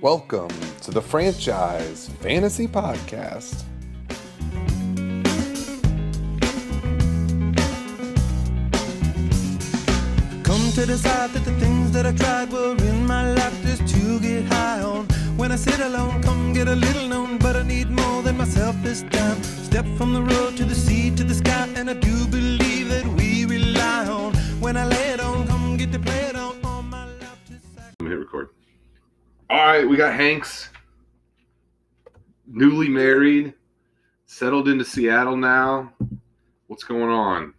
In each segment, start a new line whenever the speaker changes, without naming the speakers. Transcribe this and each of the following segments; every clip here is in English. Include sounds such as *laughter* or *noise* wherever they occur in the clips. Welcome to the Franchise Fantasy Podcast.
Come to decide that the things that I tried were in my life just to get high on. When I sit alone, come get a little known, but I need more than myself this time. Step from the road to the sea to the sky, and I do believe that we rely on. When I lay it on, come get to play it on. all my life just like-
Let me hit record. All right, we got Hanks, newly married, settled into Seattle now. What's going on?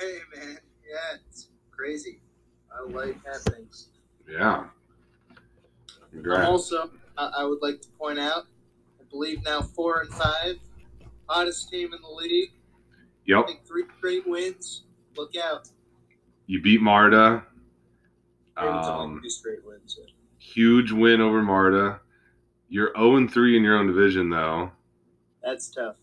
Hey man, yeah, it's crazy. How life happens.
Yeah. Congrats.
Also, I, I would like to point out, I believe now four and five, hottest team in the league. I
Yep.
think three straight wins. Look out!
You beat Marta.
Ravens only
Um,
three straight wins.
huge win over Marta. You're 0 3 in your own division, though,
That's tough.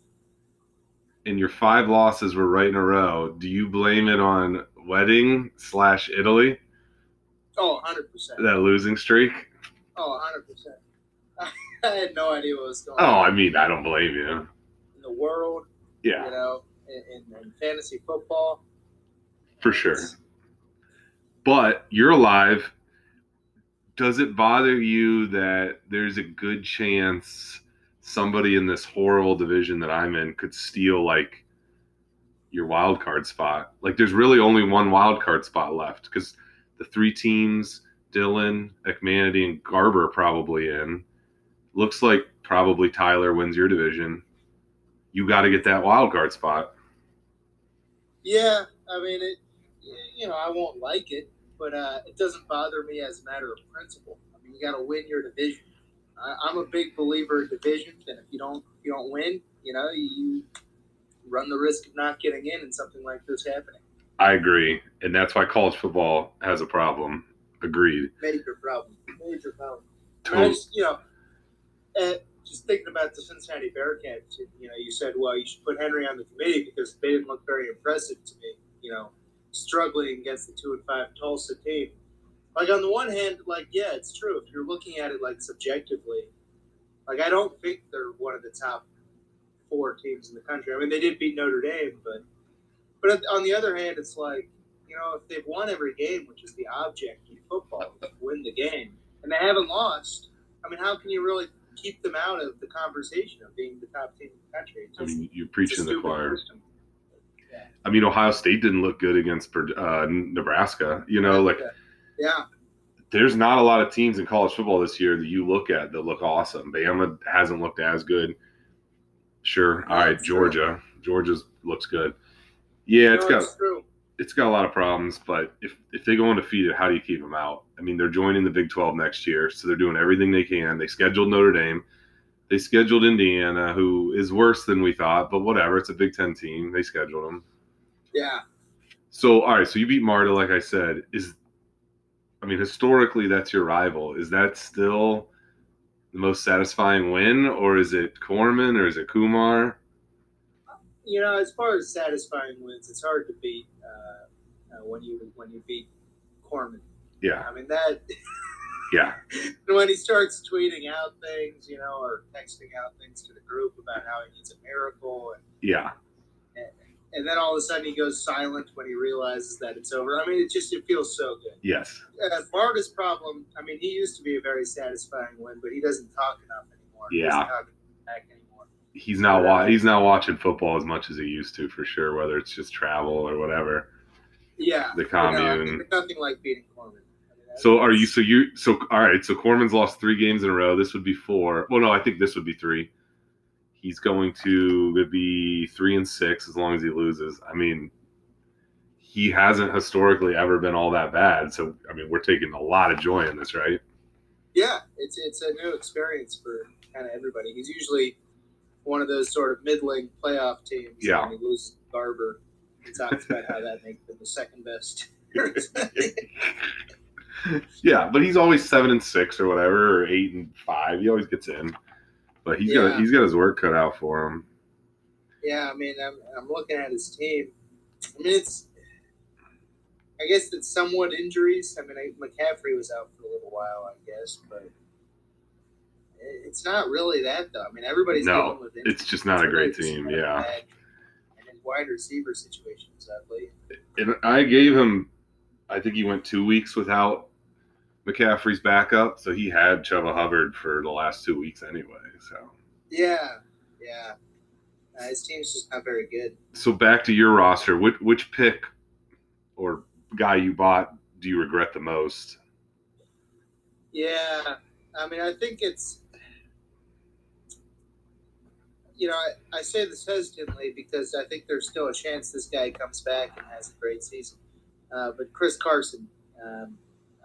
and your five losses were right in a row. Do you blame it on wedding slash Italy,
Oh, 100 percent.
that losing streak?
Oh, 100 percent. *laughs* I had no idea what was going
Oh, I
on
mean, I don't blame you.
in the world,
Yeah,
you know, in, in, in fantasy football.
for sure.
It's-
but you're alive. Does it bother you that there's a good chance somebody in this horrible division that I'm in could steal like your wild card spot? Like, there's really only one wild card spot left because the three teams, Dylan, McManity, and Garber, are probably in. Looks like probably Tyler wins your division. You got to get that wild card spot.
Yeah, I mean it. You know, I won't like it, but uh, it doesn't bother me as a matter of principle. I mean, you got to win your division. I, I'm a big believer in divisions, and if you don't, if you don't win, you know, you run the risk of not getting in, and something like this happening.
I agree. And that's why college football has a problem. Agreed.
Major problem. Major problem. And I
Totally.
just, you know, uh, just thinking about the Cincinnati Bearcats, you know, you said, well, you should put Henry on the committee because they didn't look very impressive to me, you know, struggling against the two and five Tulsa team. Like, on the one hand, like, yeah, it's true. If you're looking at it, like, subjectively, like, I don't think they're one of the top four teams in the country. I mean, they did beat Notre Dame, but, but on the other hand, it's like, you know, if they've won every game, which is the object in football, win the game, and they haven't lost, I mean, how can you really keep them out of the conversation of being the top team in the country? It's
I
just-
mean, you're
it's a
preaching to the
stupid
choir.
system.
I mean, Ohio State didn't look good against Pur- uh, Nebraska. You know, like
Yeah,
there's not a lot of teams in college football this year that you look at that look awesome. Bama hasn't looked as good. Sure. All right,
That's true.
Georgia. Georgia's looks good. Yeah, it's
no,
got
it's true.
it's got a lot of problems, but if if they go undefeated, how do you keep them out? I mean, they're joining the Big 12 next year, so they're doing everything they can. They scheduled Notre Dame, they scheduled Indiana, who is worse than we thought, but whatever. It's a Big 10 team. They scheduled them.
Yeah,
So, all right, so you beat Marta, like I said. Is I mean, historically, that's your rival. Is that still the most satisfying win, or is it Corman, or is it Kumar?
you know, as far as satisfying wins, it's hard to beat uh, uh, when you when you beat Corman.
Yeah,
I mean that
*laughs* yeah,
And when he starts tweeting out things, you know, or texting out things to the group about how he needs a miracle, and,
yeah.
and then all of a sudden he goes silent when he realizes that it's over. I mean, it just it feels so good.
Yes,
Uh, Marta's problem. I mean, he used to be a very satisfying win, but he doesn't talk enough anymore. He doesn't
Yeah.
talk back anymore.
he's not wa- he's not watching football as much as he used to, for sure. Whether it's just travel or whatever,
Yeah.
the
You know, I mean,
commune.
there's nothing like beating Corman. I mean,
So, are you so you so all right? So Corman's lost three games in a row. This would be four. Well, no, I think this would be three. He's going to be three and six as long as he loses. I mean, he hasn't historically ever been all that bad. So, I mean, we're taking a lot of joy in this, right?
yeah, it's it's a new experience for kind of everybody. He's usually one of those sort of middling playoff teams.
Yeah.
And he loses to Barber. He talks about how that makes them the second best. *laughs*
Yeah, but he's always seven and six or whatever, or eight and five. He always gets in, but he's got
Yeah.
he's got his work cut out for him.
yeah, I mean, I'm, I'm looking at his team. I mean, it's I guess it's somewhat injuries. I mean, I, McCaffrey was out for a little while, I guess, but It's not really that though. I mean, everybody's
No,
dealing with
it's just not a great team, yeah.
And his wide receiver situation is ugly.
and I gave him, I think he went two weeks without McCaffrey's backup, so he had Chuba Hubbard for the last two weeks anyway. So,
Yeah, yeah. Uh, his team's just not very good.
so back to your roster, which which pick or guy you bought do you regret the most?
Yeah, I mean, I think it's. You know, I, I say this hesitantly because I think there's still a chance this guy comes back and has a great season. Uh, but Chris Carson, um,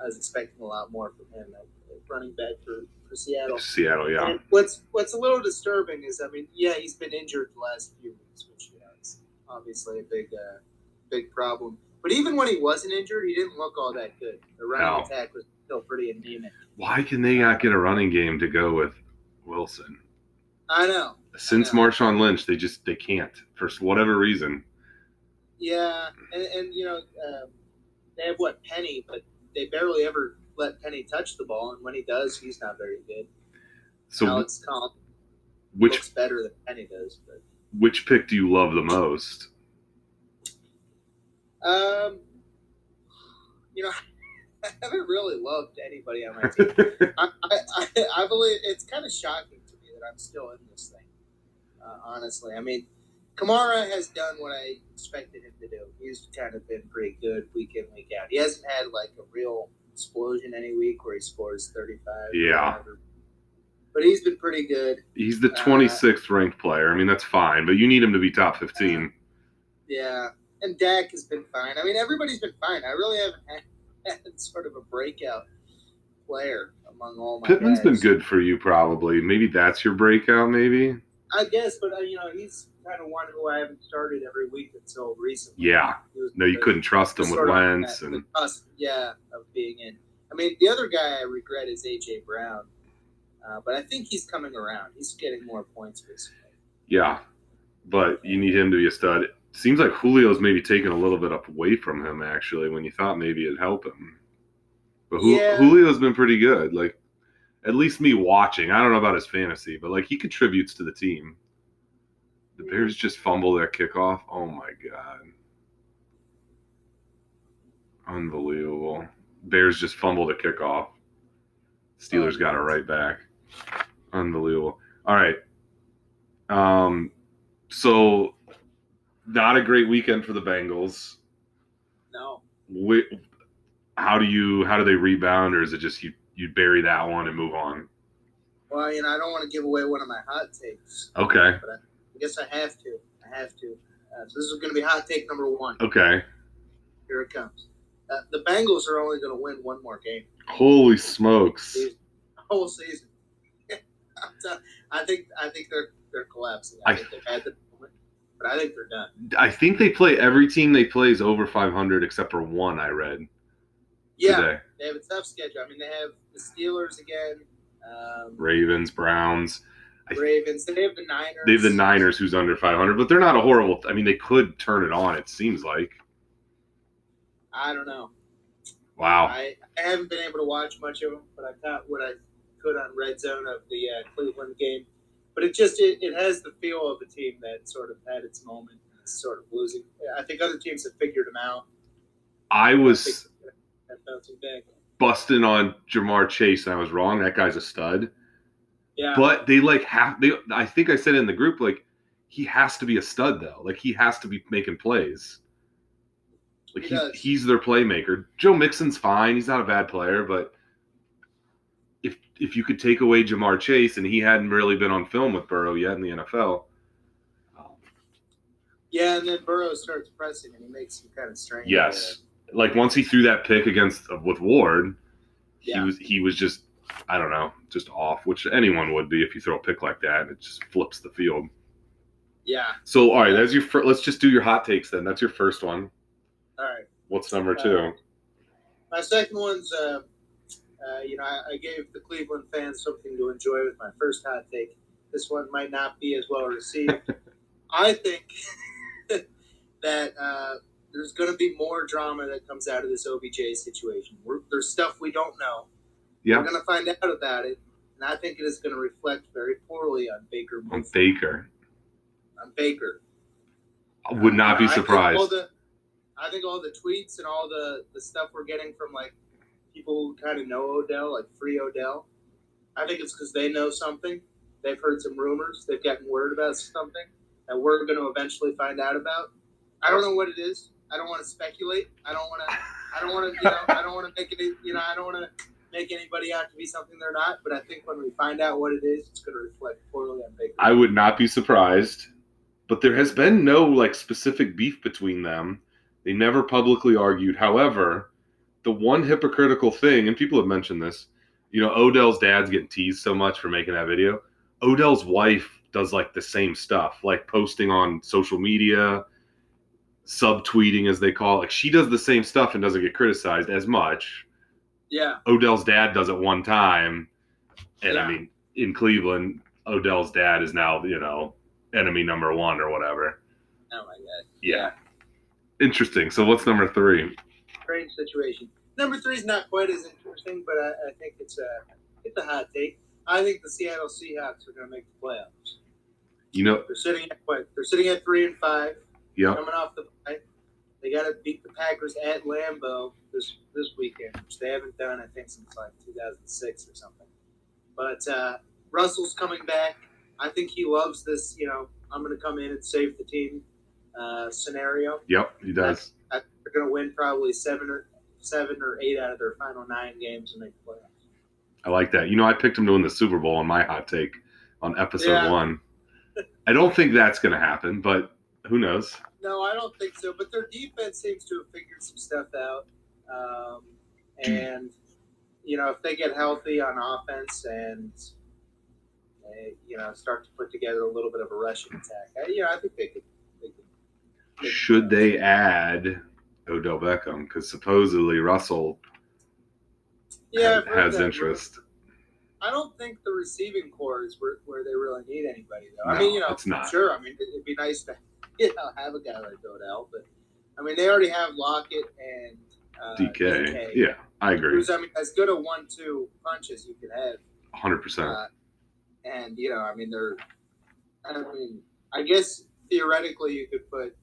I was expecting a lot more from him, uh, running back for, for Seattle.
Seattle, yeah,
And what's what's a little disturbing is, I mean, yeah, he's been injured the last few weeks, which you know, is obviously a big uh, big problem. But even when he wasn't injured, he didn't look all that good. The running
No.
attack was still pretty anemic.
why can they not get a running game to go with Wilson?
I know.
Since
I know.
Marshawn Lynch, they just they can't for whatever reason.
Yeah, and, and you know um, they have what Penny, but they barely ever let Penny touch the ball, and when he does, he's not very good.
So,
Alex Collins
which
looks better than Penny does, but.
which pick do you love the most?
Um, you know, *laughs* I haven't really loved anybody on my team. I, I, I, I believe it's kind of shocking to me that I'm still in this thing. Uh, honestly, I mean, Kamara has done what I expected him to do. He's kind of been pretty good week in, week out. He hasn't had like a real explosion any week where he scores 35. or
Yeah.
whatever. But he's been pretty good.
He's the
Uh,
26th ranked player. I mean, that's fine, but you need him to be top 15.
Yeah, and Dak has been fine. I mean, everybody's been fine. I really haven't had, *laughs* had sort of a breakout player among all my.
Pittman's been
guys.
good for you, probably. Maybe that's your breakout, maybe.
I guess, but uh, you know, he's kind of one who I haven't started every week until recently.
Yeah.
He was
No, you
the-
couldn't trust
the
him with
sort of-
Wentz.
that-
And
the cusp, yeah, of being in. I mean, the other guy I regret is AJ Brown, uh, but I think he's coming around. He's getting more points recently.
yeah, but you need him to be a stud. Seems like Julio's maybe taken a little bit up away from him, actually, when you thought maybe it'd help him. But Ju-
Yeah.
Julio's been pretty good. Like, at least me watching. I don't know about his fantasy, but like he contributes to the team. The Bears just fumble that kickoff. Oh my god. Unbelievable. Bears just fumbled a kickoff. Steelers got it right back. Unbelievable. All right. Um so not a great weekend for the Bengals.
No,
Wh- how do you how do they rebound or is it just you you bury that one and move on?
well, you know, I don't want to give away one of my hot takes.
Okay.
I guess I have to. I have to. Uh, so this is going to be hot take number one.
Okay.
Here it comes. Uh, the Bengals are only going to win one more game *laughs*
Holy smokes.
the whole season. *laughs* I'm tell- I think I think they're they're collapsing. I,
I-
think they've had the moment, but I think they're done.
I think they play every team they play is over 500 except for one I read
Yeah,
today.
they have a tough schedule. I mean, they have the Steelers again, um,
Ravens, Browns. I-
Ravens. They have the Niners.
They have the Niners who's under 500, but they're not a horrible. I mean, they could turn it on, it seems like.
I don't know.
Wow.
I, I haven't been able to watch much of them, but I caught what I could on Red Zone of the uh, Cleveland game. But it just it, it has the feel of a team that sort of had its moment and is sort of losing. I think other teams have figured them out.
I was
That bouncing back.
busting on Jamar Chase and I was wrong. That guy's a stud.
Yeah,
But they like have they I think I said in the group like he has to be a stud though. Like he has to be making plays. Like
He
he's,
does.
he's their playmaker. Joe Mixon's fine. He's not a bad player, but if if you could take away Jamar Chase and he hadn't really been on film with Burrow yet in the NFL,
yeah, and then Burrow starts pressing and he makes some kind of strange.
yes. Like once he threw that pick against uh, with Ward, he
Yeah.
was he was just I don't know, just off, which anyone would be if you throw a pick like that and it just flips the field.
yeah.
So all right, that's your fir- let's just do your hot takes then. That's your first one.
All right.
What's number
Uh,
2?
My second one's, uh, uh, you know, I, I gave the Cleveland fans something to enjoy with my first hot take. This one might not be as well received. I think *laughs* that uh, there's going to be more drama that comes out of this OBJ situation. We're, there's stuff we don't know.
Yeah.
We're going to find out about it. and I think it is going to reflect very poorly on Baker.
on
Mayfield-
Baker.
On Baker,
I would not be
Uh, I think all
surprised.
the- I think all the tweets and all the the stuff we're getting from like people who kind of know Odell, like free Odell. I think it's because they know something. They've heard some rumors. They've gotten word about something that we're going to eventually find out about. I don't know what it is. I don't want to speculate. I don't want to. I don't want to. You know. I don't want to make any. You know. I don't want to make anybody out to be something they're not. But I think when we find out what it is, it's going to reflect poorly on Baker.
I would not be surprised. But there has been no like specific beef between them. They never publicly argued. However, the one hypocritical thing, and people have mentioned this, you know, Odell's dad's getting teased so much for making that video. Odell's wife does like the same stuff, like posting on social media, subtweeting as they call it. Like she does the same stuff and doesn't get criticized as much.
yeah.
Odell's dad does it one time, and
Yeah.
I mean, in Cleveland, Odell's dad is now you know enemy number one or whatever.
Oh my god.
Yeah, interesting. So what's number three?
strange situation. Number three is not quite as interesting, but I, I think it's a it's a hot take. I think the Seattle Seahawks are going to make the playoffs.
You know,
They're sitting at what? They're sitting at three and five,
yeah,
coming off the bye. They got to beat the Packers at Lambeau this this weekend, which they haven't done I think since like 2006 or something. But uh, Russell's coming back. I think he loves this. You know, I'm going to come in and save the team uh, scenario.
yep, he does.
I think they're going to win probably seven or seven or eight out of their final nine games and make the playoffs.
I like that. You know, I picked him to win the Super Bowl on my hot take on episode
Yeah.
one. I don't think that's going to happen, but who knows?
No, I don't think so. But their defense seems to have figured some stuff out, um, and you know if they get healthy on offense and they, you know start to put together a little bit of a rushing attack, I, you know I think they could. They could make the
Should
playoffs.
they add Odell Beckham? Because supposedly Russell
Yeah,
has,
I've heard
has
that.
interest.
I don't think the receiving core is where, where they really need anybody, though. I
No,
mean, you know,
it's not.
sure. I mean, it- it'd be nice to *laughs* you know have a guy like Odell, but I mean, they already have Lockett and uh,
DK. Yeah, I agree.
who's I mean, as good a one-two punch as you can have.
100%.
Uh, and you know, I mean, they're. I mean, I guess theoretically you could put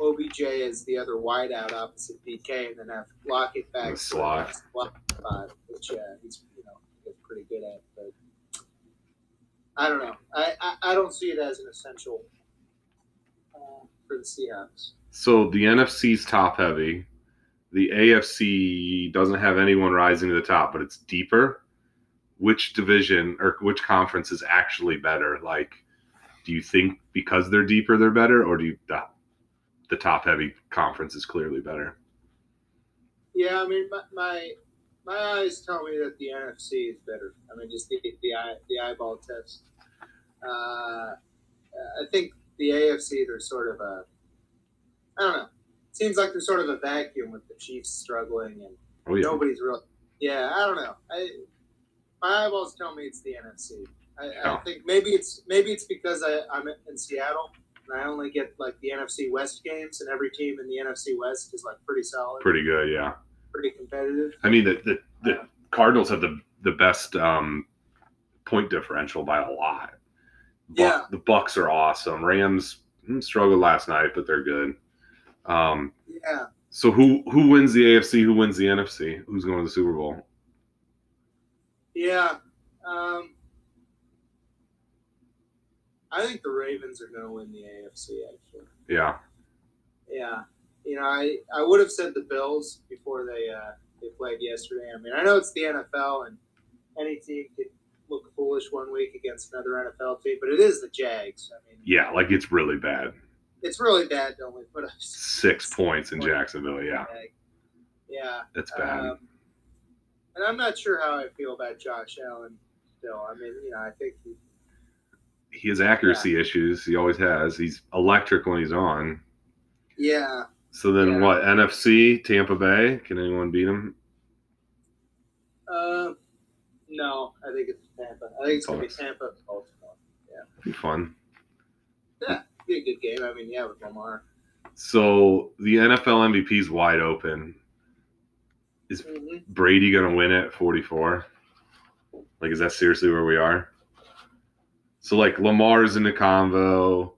OBJ as the other wideout opposite DK, and then have Lockett back
The
for
slot.
the slot spot, which uh, he's you know he's pretty good at. But I don't know. I I, I don't see it as an essential uh, for the Seahawks.
So the NFC's top heavy. The AFC doesn't have anyone rising to the top, but it's deeper. Which division or which conference is actually better? Like, do you think because they're deeper they're better, or do you the, the top heavy conference is clearly better?
Yeah, I mean, my my, my eyes tell me that the NFC is better. I mean, just the the, eye, the eyeball test. Uh, I think the AFC they're sort of a, I don't know. Seems like they're sort of a vacuum with the Chiefs struggling and
Oh yeah,
nobody's real. Yeah, I don't know. I my eyeballs tell me it's the NFC. I, I
Yeah.
think maybe it's maybe it's because I, I'm in Seattle and I only get like the NFC West games, and every team in the NFC West is like pretty solid
pretty good. Yeah,
pretty competitive.
I mean the the, the Cardinals have the the best um, point differential by a lot. Bu-
Yeah.
the Bucks are awesome. Rams hmm, struggled last night, but they're good. Um,
Yeah,
So who who wins the AFC? Who wins the NFC? Who's going to the Super Bowl?
yeah. Um, I think the Ravens are going to win the AFC. Actually,
Yeah,
yeah. You know, I, I would have said the Bills before they uh, they played yesterday. I mean, I know it's the NFL and any team can look foolish one week against another NFL team, but it is the Jags. I mean,
yeah, like it's really bad.
it's really bad to only put up six
Six points in Jacksonville. Yeah,
Jags. Yeah.
that's bad.
Um, and I'm not sure how I feel about Josh Allen still. I mean, you know, I think he,
he has accuracy issues. He always has. He's electric when he's on.
yeah,
So then
Yeah.
what? NFC Tampa Bay. Can anyone beat him?
Uh, no, I think it's Tampa. I think it's going to be
Bucks.
Tampa and Baltimore.
Be fun.
Be a good game. I mean, yeah, with Lamar.
So the NFL MVP is wide open.
hmm
Mm-hmm. Brady gonna win it? Forty four. Like, is that seriously where we are? So like Lamar's in the convo.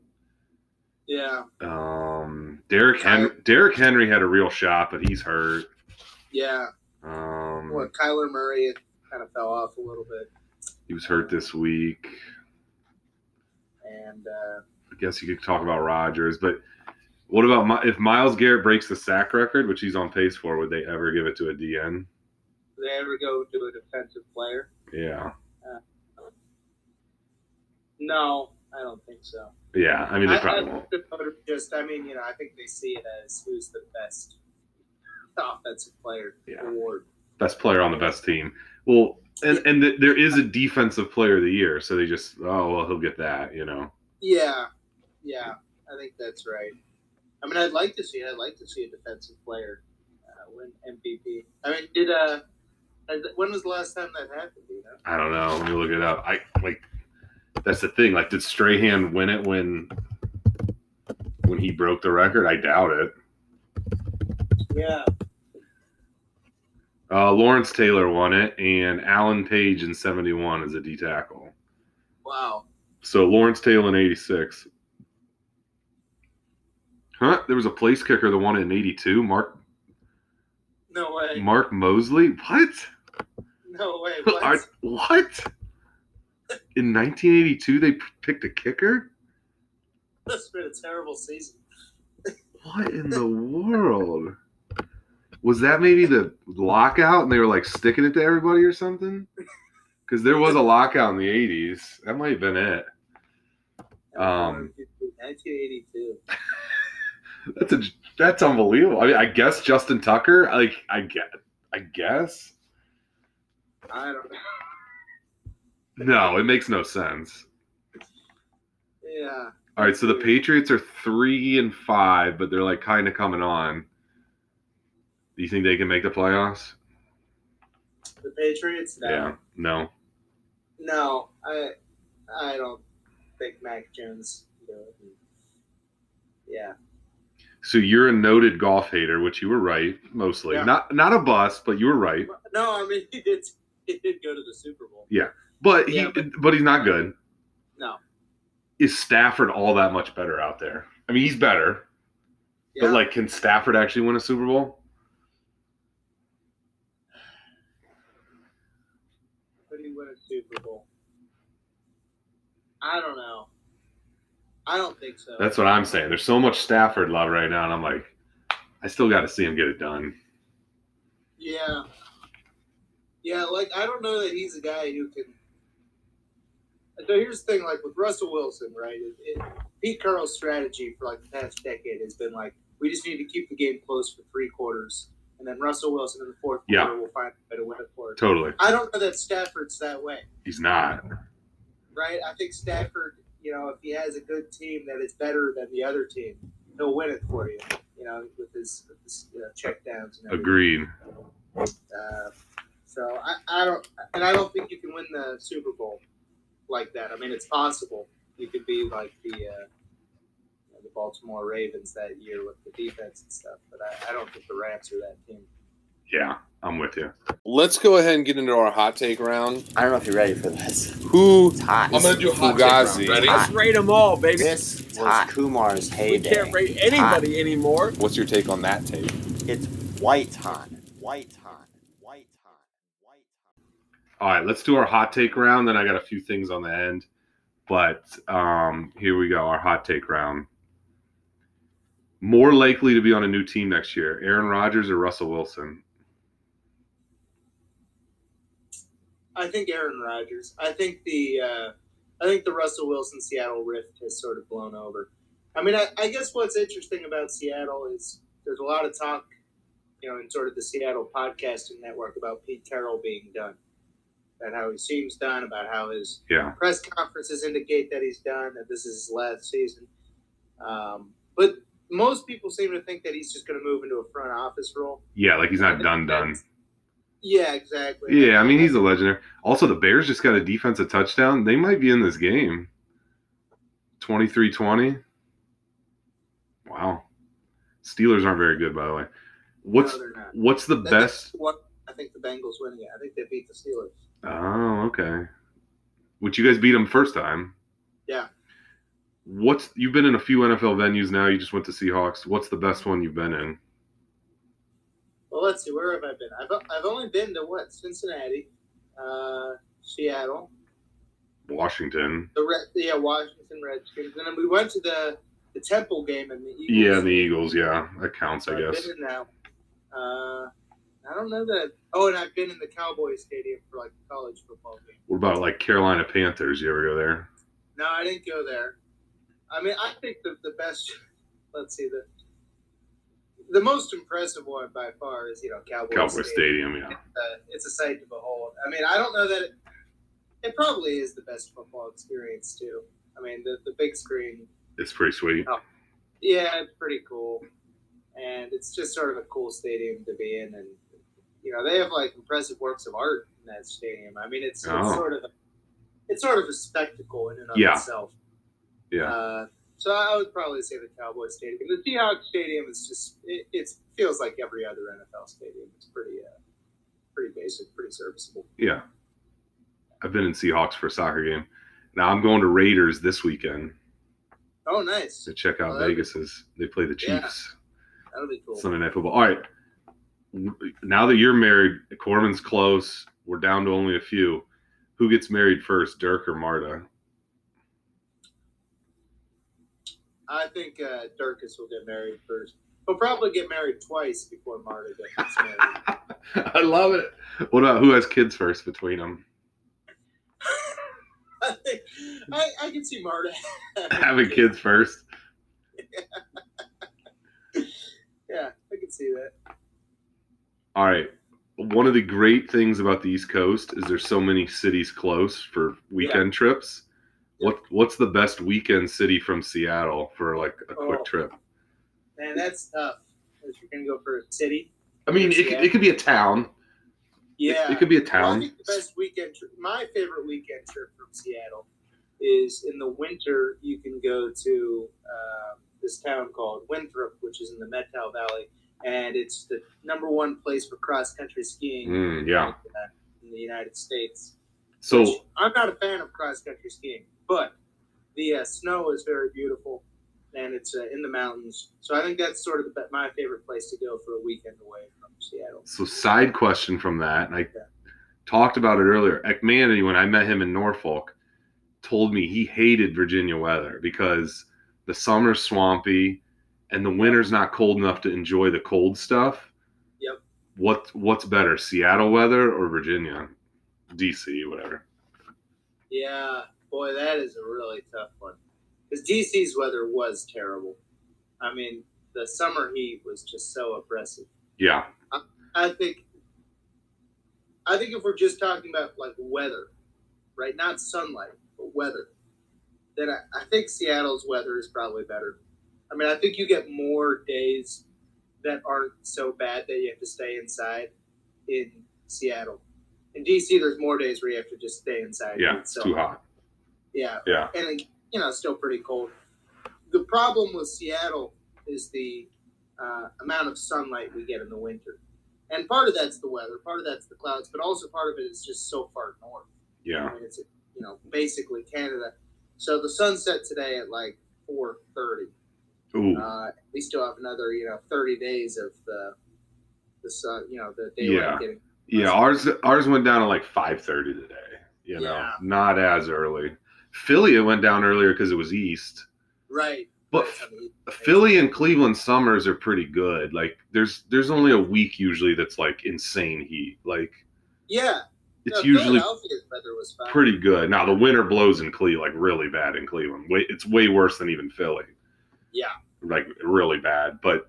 Yeah,
Um, Derek Hen- Derek Henry had a real shot, but he's hurt.
yeah.
Um,
Well, Kyler Murray kind of fell off a little bit,
He was hurt this week.
and uh,
I guess you could talk about Rodgers, but what about my, if Miles Garrett breaks the sack record, which he's on pace for? Would they ever give it to a DN?
did they ever go to a defensive player?
Yeah,
No, I don't think so.
yeah. I mean,
I,
they probably
I-
won't.
Just, I mean, you know, I think they see it as who's the best offensive player
Yeah.
award.
Best player on the best team. Well, and and th- there is a defensive player of the year, so they just oh well he'll get that, you know.
Yeah, yeah, I think that's right. I mean, I'd like to see, I'd like to see a defensive player uh, win MVP. I mean, did uh, has- when was the last time that happened? You know,
I don't know. Let me look it up. I like that's the thing. Like, did Strahan win it when when he broke the record? I doubt it.
yeah,
Uh, Lawrence Taylor won it, and Alan Page in '71 is a D tackle.
wow,
So Lawrence Taylor in '86. Huh? There was a place kicker that won it in '82. Mark
no way,
Mark Mosley. What? *laughs*
no way,
What?
what?
what? In 1982, they p- picked a kicker.
*laughs* that's been a terrible season.
What in the world? Was that maybe the lockout and they were like sticking it to everybody or something? Because there was a lockout in the 80s. That might have been it. Um,
1982.
That's a, that's unbelievable. I mean, I guess Justin Tucker. Like, I get, I guess.
I don't know.
No, it makes no sense.
Yeah.
All right, so the Patriots are three and five, but they're like kind of coming on. Do you think they can make the playoffs?
The Patriots? No.
Yeah. No.
No, I I don't think Mac Jones. You know, yeah.
So you're a noted golf hater, which you were right mostly.
Yeah.
Not not a bust, but you were right.
No, I mean *laughs* he did. He did go to the Super Bowl.
But he
Yeah,
but he's not good.
No.
Is Stafford all that much better out there? I mean, he's better,
Yeah.
but like, can Stafford actually win a Super Bowl?
could he win a Super Bowl? I don't know. I don't think so.
That's what I'm saying. There's so much Stafford love right now, and I'm like, I still got to see him get it done.
Yeah. Yeah, like I don't know that he's a guy who can. So here's the thing, like with Russell Wilson, right? It, it, Pete Carroll's strategy for like the past decade has been like, we just need to keep the game close for three quarters, and then Russell Wilson in the fourth
Yeah.
quarter will find a way to win it for it.
Totally,
I don't know that Stafford's that way,
he's not.
right? I think Stafford, you know, if he has a good team that is better than the other team, he'll win it for you, you know, with his, with his you know, checkdowns. and everything.
Agreed.
Uh, so I, I don't, and I don't think you can win the Super Bowl like that. I mean, it's possible. You could be like the uh, you know, the Baltimore Ravens that year with the defense and stuff, but I, I don't think the Rams are that team.
Yeah, I'm with you.
Let's go ahead and get into our hot take round.
I don't know if you're ready for this.
Who
It's hot.
I'm gonna do hot
Fugazi.
take round. Ready?
Hot.
Let's rate them all, baby.
This was
hot.
Kumar's
we
heyday.
can't rate anybody anymore.
What's your take on that take?
It's white hot. White hot. White hot. White hot.
All right, let's do our hot take round. Then I got a few things on the end, but um, here we go. Our hot take round. More likely to be on a new team next year, Aaron Rodgers or Russell Wilson?
I think Aaron Rodgers. I think the uh, I think the Russell Wilson Seattle rift has sort of blown over. I mean, I, I guess what's interesting about Seattle is there's a lot of talk, you know, in sort of the Seattle podcasting network about Pete Carroll being done, about how he seems done, about how his
Yeah,
press conferences indicate that he's done, that this is his last season. Um, but most people seem to think that he's just going to move into a front office role.
yeah, like he's not done done.
Yeah, exactly.
Yeah, I mean he's a legendary. Also, the Bears just got a defensive touchdown. They might be in this game. 23-20. Wow. Steelers aren't very good, by the way. What's
No, they're not.
what's the
That's
best
What I think the Bengals winning it. I think they beat the Steelers.
Oh, okay. Which you guys beat them first time.
Yeah.
What's you've been in a few NFL venues now? You just went to Seahawks. What's the best one you've been in?
Well, let's see. Where have I been? I've, I've only been to what? Cincinnati, uh, Seattle,
Washington.
the Red, yeah, Washington Redskins, and then we went to the the Temple game in the Eagles.
Yeah, the Eagles. Yeah, that counts, I
I've
guess.
been in that. Uh, I don't know that. Oh, and I've been in the Cowboys Stadium for like a college football game.
What about like Carolina Panthers? You ever go there?
No, I didn't go there. I mean, I think the, the best, *laughs* let's see, the the most impressive one by far is, you know, Cowboys
Cowboys Stadium. Yeah.
Uh, it's a sight to behold. I mean, I don't know that it, it probably is the best football experience, too. I mean, the, the big screen,
It's pretty sweet.
yeah, it's pretty cool. And it's just sort of a cool stadium to be in. And, you know, they have like impressive works of art in that stadium. I mean, it's,
Oh.
it's sort of a, it's sort of a spectacle in and of
Yeah.
itself.
Yeah.
Uh, so I would probably say the Cowboys Stadium. The Seahawks Stadium is just it, it feels like every other NFL stadium. It's pretty uh, pretty basic, pretty serviceable.
Yeah. I've been in Seahawks for a soccer game. Now I'm going to Raiders this weekend
Oh, nice.
to check out
Oh, that'd be-
Vegas's. They play the
Yeah.
Chiefs
That'll be cool.
Sunday night football. All right. Now that you're married, Corman's close. We're down to only a few. Who gets married first, Dirk or Marta?
I think uh, Dirkus will get married first. He'll probably get married twice before Marta gets
*laughs*
married. *laughs*
I love it. What about who has kids first between them?
I, think, I, I can see Marta.
*laughs*
*laughs*
Having kids first.
Yeah, I can see that.
All right. One of the great things about the East Coast is there's so many cities close for weekend trips. What what's the best weekend city from Seattle for like a quick
Oh.
trip?
Man, that's tough. If you're gonna go for a city,
I mean, it, could- it could be a town. It-
yeah,
It, could be a
Well, I
town.
think the best weekend trip, my favorite weekend trip from Seattle is in the winter. You can go to um, this town called Winthrop, which is in the Metcal Valley, and it's the number one place for cross country skiing
Mm, yeah.
uh, in the United States. Which
So
I'm not a fan of cross country skiing, but the uh, snow is very beautiful, and it's uh, in the mountains. So I think that's sort of the, my favorite place to go for a weekend away from Seattle.
so side question from that, and I talked about it earlier. Ekmanity, when I met him in Norfolk, told me he hated Virginia weather because the summer's swampy and the winter's not cold enough to enjoy the cold stuff.
Yep.
What what's better, Seattle weather or Virginia? DC, whatever.
Yeah, boy, that is a really tough one. Because DC's weather was terrible. I mean, the summer heat was just so oppressive.
Yeah.
I think, I think if we're just talking about like weather, right? Not sunlight, but weather. Then I, I think Seattle's weather is probably better. I mean, I think you get more days that aren't so bad that you have to stay inside in Seattle. In DC, there's more days where you have to just stay inside.
Yeah. It's
so,
too hot.
Yeah,
Yeah.
and like, you know, it's still pretty cold. The problem with Seattle is the uh, amount of sunlight we get in the winter, and part of that's the weather, part of that's the clouds, but also part of it is just so far north.
Yeah.
I mean, it's you know basically Canada. So the sun set today at like four thirty.
Ooh.
Uh, we still have another you know thirty days of the the sun. You know the daylight
Yeah.
getting.
Yeah, ours ours went down at like five thirty today. You know,
Yeah.
not as early. Philly it went down earlier because it was east.
Right.
But Philly and Cleveland summers are pretty good. Like there's there's only a week usually that's like insane heat. Like
Yeah.
it's
no,
usually
Philadelphia's weather was fine.
pretty good. Now the winter blows in Cleveland like really bad in Cleveland. Way it's way worse than even Philly.
Yeah.
Like really bad. But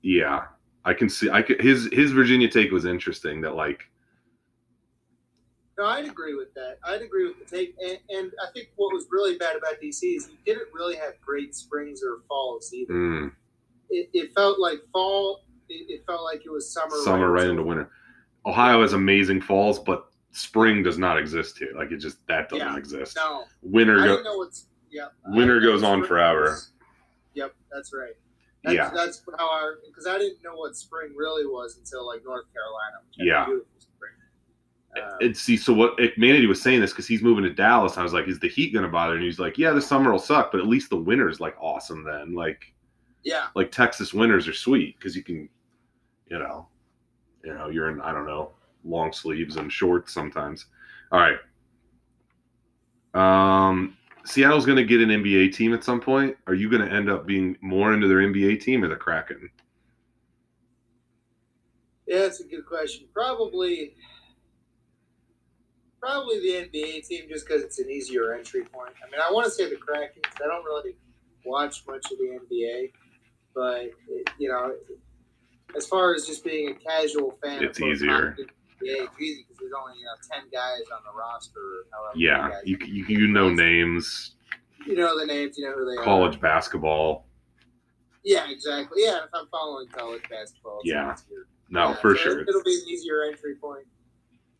yeah. I can see I could, his his Virginia take was interesting that like
No, I'd agree with that. I'd agree with the take. And, and I think what was really bad about DC is you didn't really have great springs or falls either.
mm,
It, it felt like fall. It, it felt like it was summer.
summer right into
until-
winter. Ohio has amazing falls, but spring does not exist here. Like it just that doesn't
Yeah.
exist.
No,
Winter
I
go-
don't know what's. Yeah. I
Winter
don't know
goes
what's
on
spring
forever.
is. Yep, that's right. That's,
yeah,
that's how our because I didn't know what spring really was until like North Carolina. which had a
Yeah.
beautiful spring. Uh,
and see, so what it- Manatee was saying this because he's moving to Dallas. I was like, is the heat going to bother? And he's like, yeah, the summer will suck, but at least the winter's like awesome then. Like,
yeah,
like Texas winters are sweet because you can, you know, you know, you're in I don't know long sleeves and shorts sometimes. All right. Um, Seattle's going to get an NBA team at some point. Are you going to end up being more into their NBA team or the Kraken?
yeah, that's a good question. Probably, probably the NBA team just because it's an easier entry point. I mean, I want to say the Kraken. 'cause I don't really watch much of the NBA, but it, you know, as far as just being a casual fan, of
It's
both
easier.
hockey and NBA, it's easy because there's only you know ten guys on the roster. Or however many
Yeah,
guys.
you you, you know names,
you know the names, you know who they are.
college basketball.
Yeah, exactly. Yeah, if I'm following college basketball, it's
Yeah.
easier.
No,
Yeah,
for
so
sure.
It'll be an easier entry point.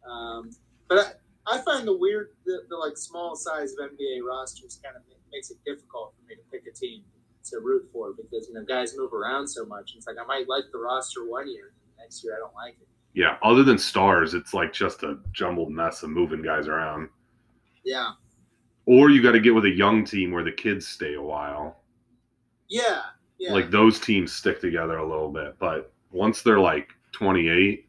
Um, but I, I find the weird, the, the like small size of NBA rosters kind of ma- makes it difficult for me to pick a team to root for because you know guys move around so much. It's like I might like the roster one year, and next year I don't like it.
Yeah, other than stars, it's like just a jumbled mess of moving guys around.
Yeah,
Or you got to get with a young team where the kids stay a while.
yeah, yeah.
like those teams stick together a little bit. But once they're like 28,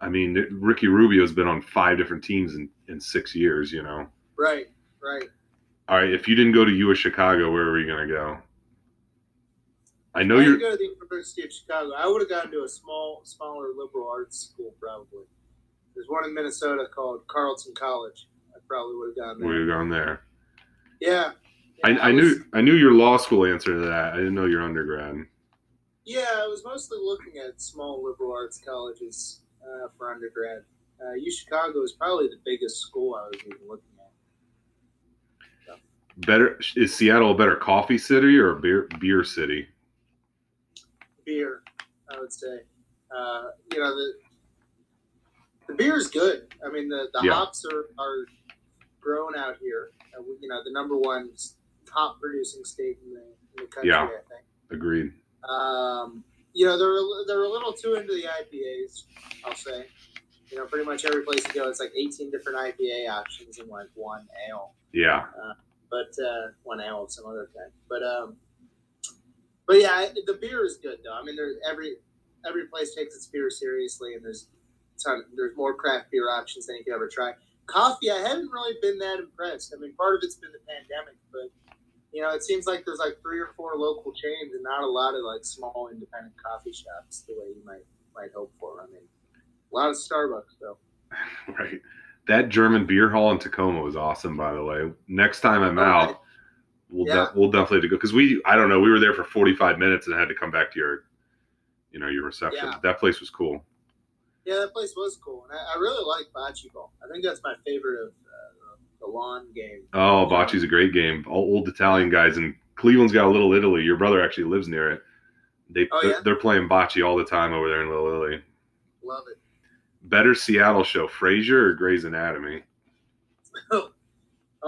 I mean, Ricky Rubio's been on five different teams in, in six years, you know.
right, right.
All right, if you didn't go to U of Chicago, where were you going to go? I know
I
you're.
didn't go to the University of Chicago. I would have gone to a small, smaller liberal arts school probably. There's one in Minnesota called Carleton College. I probably would have gone
Where
there.
you going there?
Yeah.
I,
Yeah,
I
was-
knew I knew your law school answer to that. I didn't know your undergrad.
Yeah, I was mostly looking at small liberal arts colleges uh, for undergrad. Uh, U Chicago is probably the biggest school I was even looking at.
Better is Seattle a better coffee city or a beer beer city?
beer, I would say. Uh, you know, the the beer is good. I mean, the, the
Yeah.
hops are, are grown out here. Uh, we- you know, the number one s- hop producing state in the, in the country,
Yeah.
I think.
Agreed.
Um, you know, they're, a li- they're a little too into the IPAs, I'll say. You know, pretty much every place you go, it's like 18 different IPA options and like one ale
Yeah, *laughs*
but uh, one ale of some other kind. But um, but yeah, I, the beer is good though. I mean, there's every every place takes its beer seriously, and there's ton there's more craft beer options than you could ever try. Coffee, I haven't really been that impressed. I mean, part of it's been the pandemic, but you know, it seems like there's like three or four local chains and not a lot of like small independent coffee shops the way you might might hope for. I mean, a lot of Starbucks though.
right. That German beer hall in Tacoma was awesome, by the way. Next time I'm out,
Okay.
we'll
Yeah.
de- we'll definitely have to go because we I don't know we were there for 45 minutes and had to come back to your you know your reception.
Yeah.
That place was cool.
Yeah, that place was cool, and I, I really like bocce ball. I think that's my favorite of uh, the lawn game.
Oh, Bocce's a great game. All old Italian guys and Cleveland's got a Little Italy. Your brother actually lives near it. They
Oh, yeah?
they're playing Bocce all the time over there in Little Italy.
Love it.
Better Seattle show, Frasier or Grey's Anatomy?
Oh,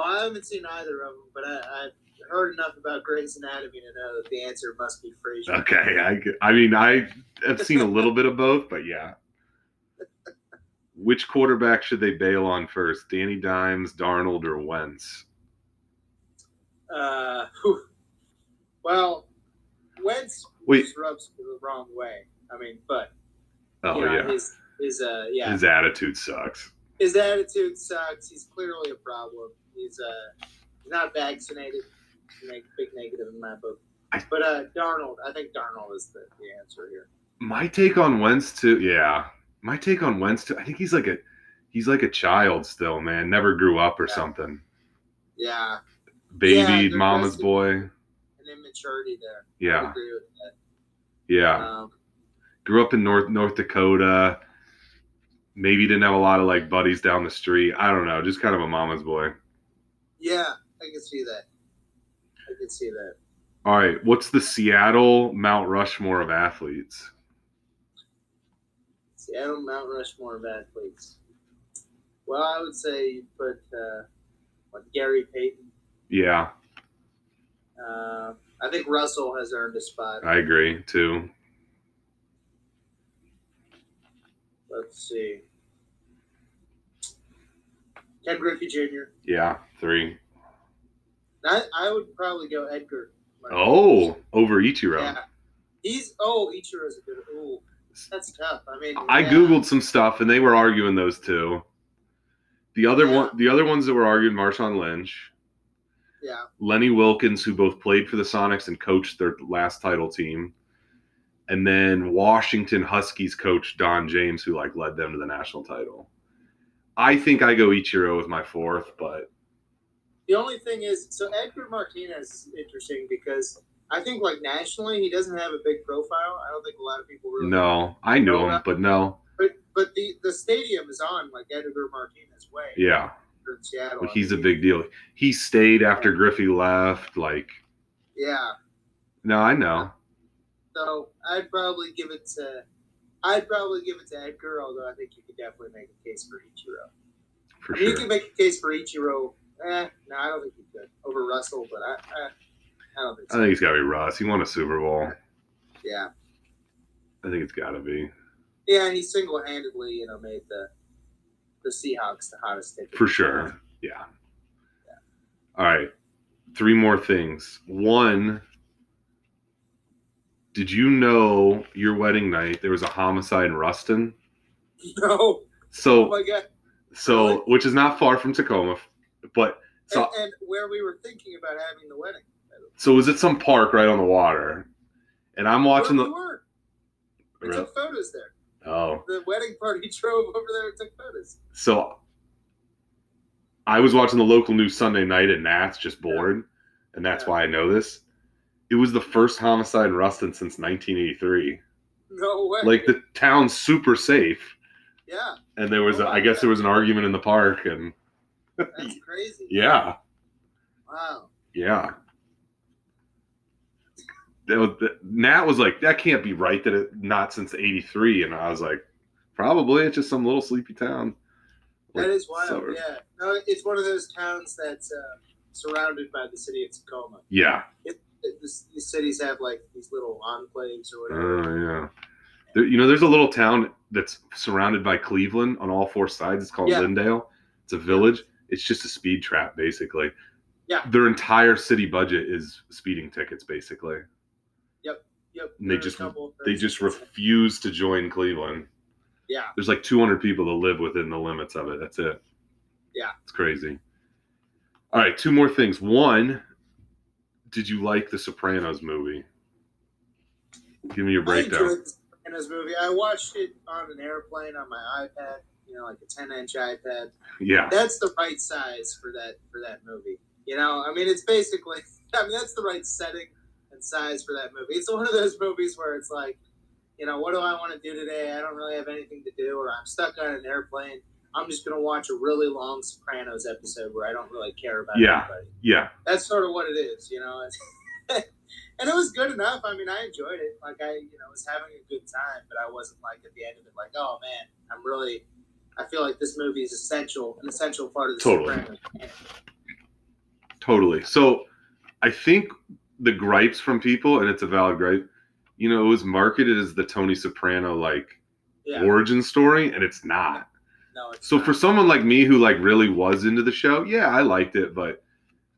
I haven't seen either of them, but I, I've heard enough about Grey's Anatomy to know that the answer must be Frasier.
Okay, I g- I mean I have seen a little bit of both, but yeah. Which quarterback should they bail on first? Danny Dimes, Darnold, or Wentz?
Uh, whew. well, Wentz
Wait.
rubs the wrong way. I mean, but
Oh
you know,
yeah.
his his uh yeah
His attitude sucks.
his attitude sucks. He's clearly a problem. He's uh he's not vaccinated. Make big negative in my book.
I-
But uh Darnold, I think Darnold is the, the answer here.
My take on Wentz too. Yeah, my take on Wentz too. I think he's like a he's like a child still, man. Never grew up or
Yeah.
something.
Yeah,
Baby,
they're
mama's
just-
boy.
an immaturity there. I
Yeah,
agree with that.
yeah.
Um,
Grew up in North North Dakota. Maybe didn't have a lot of like buddies down the street. I don't know. Just kind of a mama's boy.
yeah, I can see that. I can see that.
All right, what's the Seattle Mount Rushmore of athletes?
Seattle Mount Rushmore of athletes. Well, I would say you put uh, what Gary Payton.
Yeah,
Uh, I I think Russell has earned a spot.
I agree too.
Let's see. Ken Griffey Jr.
Yeah, three.
I, I would probably go Edgar.
Oh, over Ichiro.
yeah. He's oh Ichiro's a good. Ooh, that's tough. I mean,
I
yeah.
googled some stuff and they were arguing those two. The other
Yeah.
one, the other ones that were arguing, Marshawn Lynch,
Yeah,
Lenny Wilkins, who both played for the Sonics and coached their last title team, and then Washington Huskies coach Don James, who like led them to the national title. I think I go Ichiro with my fourth, but
The only thing is, so Edgar Martinez is interesting because I think like nationally he doesn't have a big profile. I don't think a lot of people really.
no, I knew
No,
him,
I-
but no,
But but the the stadium is on like Edgar Martinez Way.
yeah,
here In Seattle.
but he's a big deal. He stayed after Griffey left. Like,
Yeah.
no, I know.
So I'd probably give it to. I'd probably give it to Edgar, although I think you could definitely make a case for Ichiro.
For
I mean, you
sure.
could make a case for Ichiro. Eh, no, I don't think you could over Russell, but I, I, I don't think
I
so.
think it's got to be Russ. He won a Super Bowl.
yeah,
I think it's got to be
yeah, and he single-handedly, you know, made the the Seahawks the hottest ticket
for sure. Yeah. All right. Three more things. One, did you know your wedding night there was a homicide in Ruston?
*laughs* No, oh
So,
my god! really?
so which is not far from Tacoma, but so
and, and where we were thinking about having the wedding,
so was it some park right on the water? And I'm watching
where
the
we were. We took photos there.
oh
The wedding party *laughs* drove over there and took photos.
so I was watching the local news Sunday night at Nats, just bored, and that's
Yeah.
why I know this. It was the first homicide in Ruston since 1983.
No way.
Like the town's super safe,
yeah,
and there was, a, I guess, there was an argument in the park, and
that's crazy.
yeah,
Wow.
yeah. That was, that- Nat was like, that can't be right. That it not since '83, and I was like, probably it's just some little sleepy town.
That
Like,
is wild.
suburb.
Yeah. No, it's one of those towns that's uh, surrounded by the city of Tacoma.
yeah.
It- this- These cities have like these little enclaves or whatever.
Oh yeah. There, you know, there's a little town that's surrounded by Cleveland on all four sides. It's called
Yeah.
Lindale. It's a village. It's just a speed trap, basically.
Yeah.
Their entire city budget is speeding tickets, basically.
Yep.
They
there are a
just-
couple of
They
those.
just refuse to join Cleveland.
Yeah.
There's like 200 people that live within the limits of it. That's it.
Yeah.
It's crazy. All right, two more things. One, did you like the Sopranos movie? Give me your
I
breakdown.
enjoyed the Sopranos movie. I watched it on an airplane on my iPad, you know, like a 10 inch iPad.
Yeah.
That's the right size for that for that movie. You know, I mean, it's basically, *laughs* I mean, that's the right setting and size for that movie. It's one of those movies where it's like, you know, what do I want to do today? I don't really have anything to do, or I'm stuck on an airplane. I'm just gonna watch a really long Sopranos episode where I don't really care about
Yeah.
anybody
Yeah.
that's sort of what it is, you know. *laughs* and it was good enough. I mean, I enjoyed it. Like I, you know, was having a good time, but I wasn't like at the end of it, like, oh man, I'm really. I feel like this movie is essential, an essential part of the
Totally.
Sopranos.
Totally. So I think the gripes from people, and it's a valid gripe, you know, it was marketed as the Tony Soprano like
Yeah.
origin story, and it's not.
no. It's
So
not.
for someone like me who like really was into the show, yeah, I liked it, but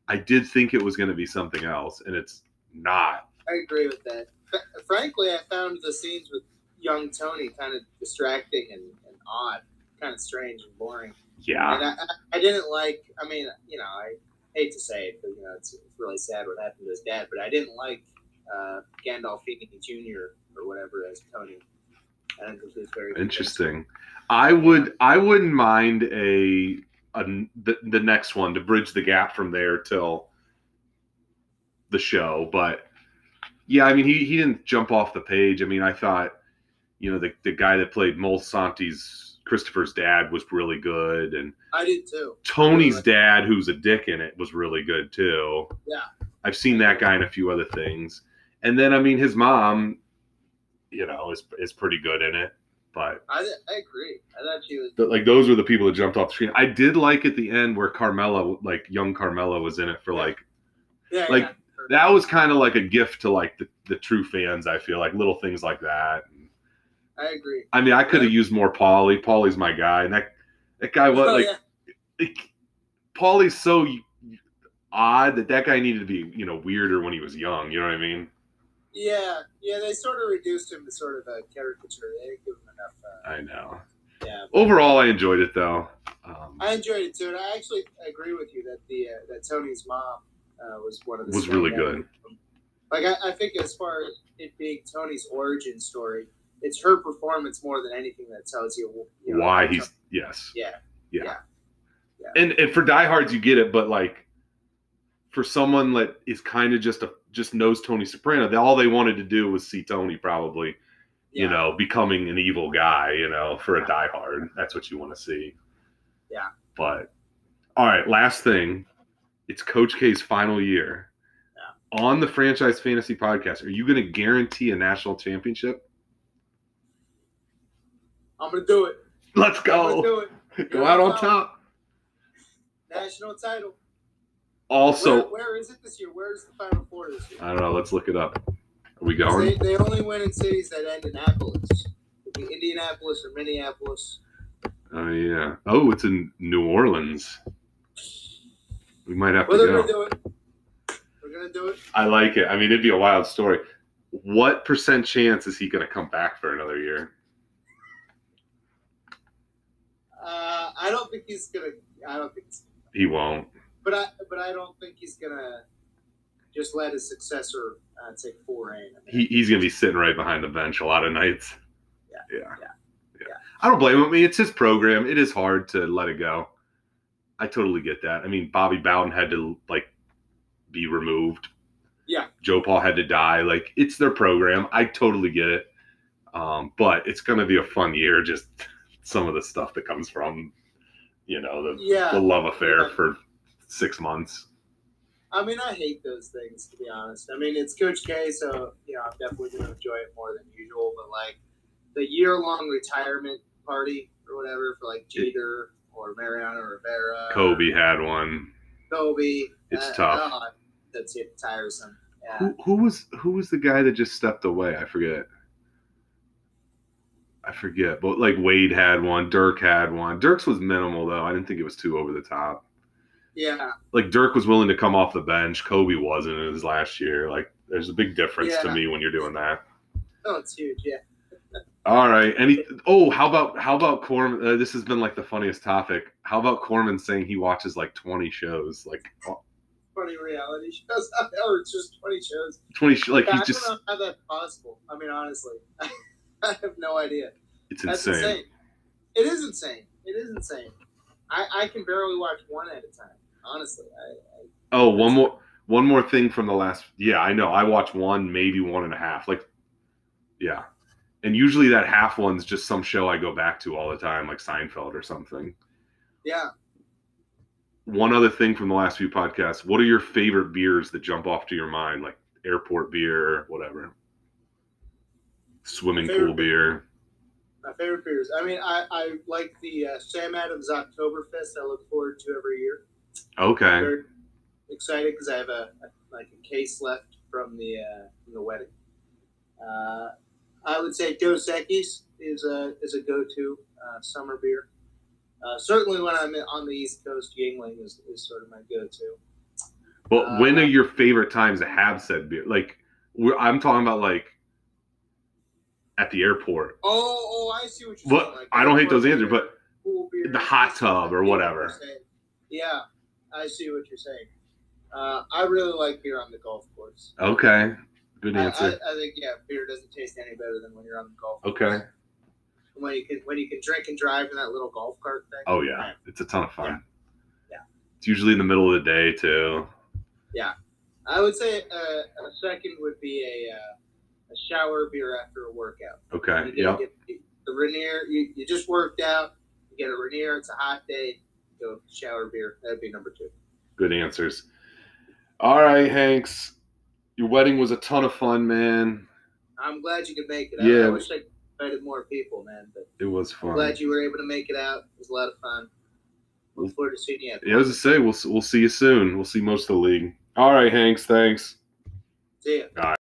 I did think it was gonna be something else, and it's not.
I agree with that. But frankly, I found the scenes with young Tony kind of distracting and, and odd, kind of strange and boring.
Yeah.
And I, I, I didn't like. I mean, you know, I hate to say it, but you know, it's, it's really sad what happened to his dad. But I didn't like uh, Gandolfini Jr. or whatever as Tony. I don't think he was very
Interesting. I would I wouldn't mind a, a the, the next one to bridge the gap from there till the show, but yeah, I mean he he didn't jump off the page. I mean, I thought you know the the guy that played Mol Santi's Christopher's dad was really good and
I did too.
Tony's dad who's a dick in it was really good too.
Yeah.
I've seen that guy in a few other things. And then I mean his mom you know is is pretty good in it, but
I, I agree. I thought she was.
that like those were the people that jumped off the screen. I did like at the end where Carmela, like young Carmela, was in it for like
Yeah,
Like,
yeah, for
that was kind of like a gift to like the, the true fans. I feel like little things like that.
I agree.
I mean, I could have used more Paulie. Paulie's my guy, and that that guy was
Oh,
like,
yeah.
like, Paulie's so odd that that guy needed to be you know weirder when he was young. You know what I mean?
yeah, yeah, they sort of reduced him to sort of a caricature. They didn't give him enough. Uh,
I know.
yeah,
Overall, I enjoyed it though. Um,
I enjoyed it too, and I actually agree with you that the uh, that Tony's mom uh, was one of the
Was really
standout. Like I, I think as far as it being Tony's origin story, it's her performance more than anything that tells you, you know,
why he's yes,
yeah
yeah.
Yeah. Yeah.
And and for diehards, you get it, but like for someone that is kind of just a just knows Tony Soprano, they, all they wanted to do was see Tony probably
yeah.
you know, becoming an evil guy, you know, for a diehard. That's what you want to see.
Yeah.
But all right, last thing. It's Coach K's final year. On the franchise fantasy podcast, are you going to guarantee a national championship?
I'm gonna do it.
Let's
I'm gonna
go.
do it.
Go out on top.
National title.
Also,
where, where is it this year? Where is the final four this year?
I don't know. Let's look it up. Are we
'Cause
going?
They, they only win in cities that end in Annapolis. It'd be Indianapolis or Minneapolis.
Oh, yeah. Oh, it's in New Orleans. We might have to
Well,
go.
they're gonna do it. We're gonna do it.
I like it. I mean, it'd be a wild story. What percent chance is he going to come back for another year?
Uh, I don't think he's gonna. I don't think.
He won't.
But I. But I don't think he's gonna just let his successor uh, take full reign. I mean,
He, he's going to be sitting right behind the bench a lot of nights.
Yeah,
Yeah.
yeah,
Yeah. I don't blame him. I mean, it's his program. It is hard to let it go. I totally get that. I mean, Bobby Bowden had to like be removed.
Yeah.
Joe Paul had to die. Like it's their program. I totally get it. Um, but it's going to be a fun year. Just *laughs* some of the stuff that comes from, you know, the
yeah.
the love affair for six months.
I mean, I hate those things to be honest. I mean, it's Coach K, so you know, I'm definitely gonna enjoy it more than usual. But like the year-long retirement party or whatever for like Jeter or Mariano Rivera,
Kobe had one.
Kobe,
It's tough.
oh, that's it, tiresome. Yeah.
Who, who was who was the guy that just stepped away? I forget. I forget. But like Wade had one, Dirk had one. Dirk's was minimal though. I didn't think it was too over the top.
yeah,
Like Dirk was willing to come off the bench. Kobe wasn't in his last year. Like there's a big difference to
Yeah.
me when you're doing that.
oh, it's huge. Yeah,
All right. Any oh, how about how about Corman? Uh, this has been like the funniest topic. How about Corman saying he watches like 20 shows, like
funny reality shows, *laughs* or it's just 20 shows.
20 sh- like
Yeah, I
he's just
don't know how that's possible. I mean, honestly, *laughs* I have no idea.
it's
That's
insane.
insane. It is insane. It is insane. I, I can barely watch one at a time. Honestly, I,
Oh, one more one more thing from the last. Yeah, I know. I watch one, maybe one and a half. Like, yeah, and usually that half one's just some show I go back to all the time, like Seinfeld or something.
yeah.
One other thing from the last few podcasts: What are your favorite beers that jump off to your mind, like airport beer, whatever, swimming pool
Favorite-
beer?
My favorite beers. I mean, I, I like the uh, Sam Adams Oktoberfest. I look forward to every year.
Okay,
Very excited because I have a, a- like a case left from the uh, from the wedding. Uh, I would say Dos Equis is a is a go to uh, summer beer. Uh, certainly when I'm on the East Coast, Yingling is, is sort of my go to.
but when
uh,
are your favorite times to have said beer? Like, we're, I'm talking about like at the airport.
Oh, oh, I see what you're
What
saying. Like,
I don't hate
cold
those answers,
beer,
but
cool beer.
the hot
I see what
tub or
you're
whatever.
saying. Yeah, I see what you're saying. Uh, I really like beer on the golf course.
Okay. Good
I, Uh, I,
answer.
I think yeah, beer doesn't taste any better than when you're on the golf.
okay.
Course. When you can when you can drink and drive in that little golf cart thing.
Oh yeah. It's a ton of fun.
Yeah.
It's usually in the middle of the day too.
I would say uh, a second would be a uh, a shower beer after a workout.
Okay.
You get-
Yep.
get the- the Rainier. You, you just worked out. You get a Rainier. It's a hot day. Go shower beer. That'd be number two.
Good answers. All right, Hanks. Your wedding was a ton of fun, man.
I'm glad you could make it. I,
Yeah.
I wish I invited more people, man. But
It was fun.
I'm glad you were able to make it out. It was a lot of fun. Look forward to seeing you. at-
yeah, I was to say we'll we'll see you soon. We'll see most of the league. All right, Hanks. Thanks.
See ya.
Bye.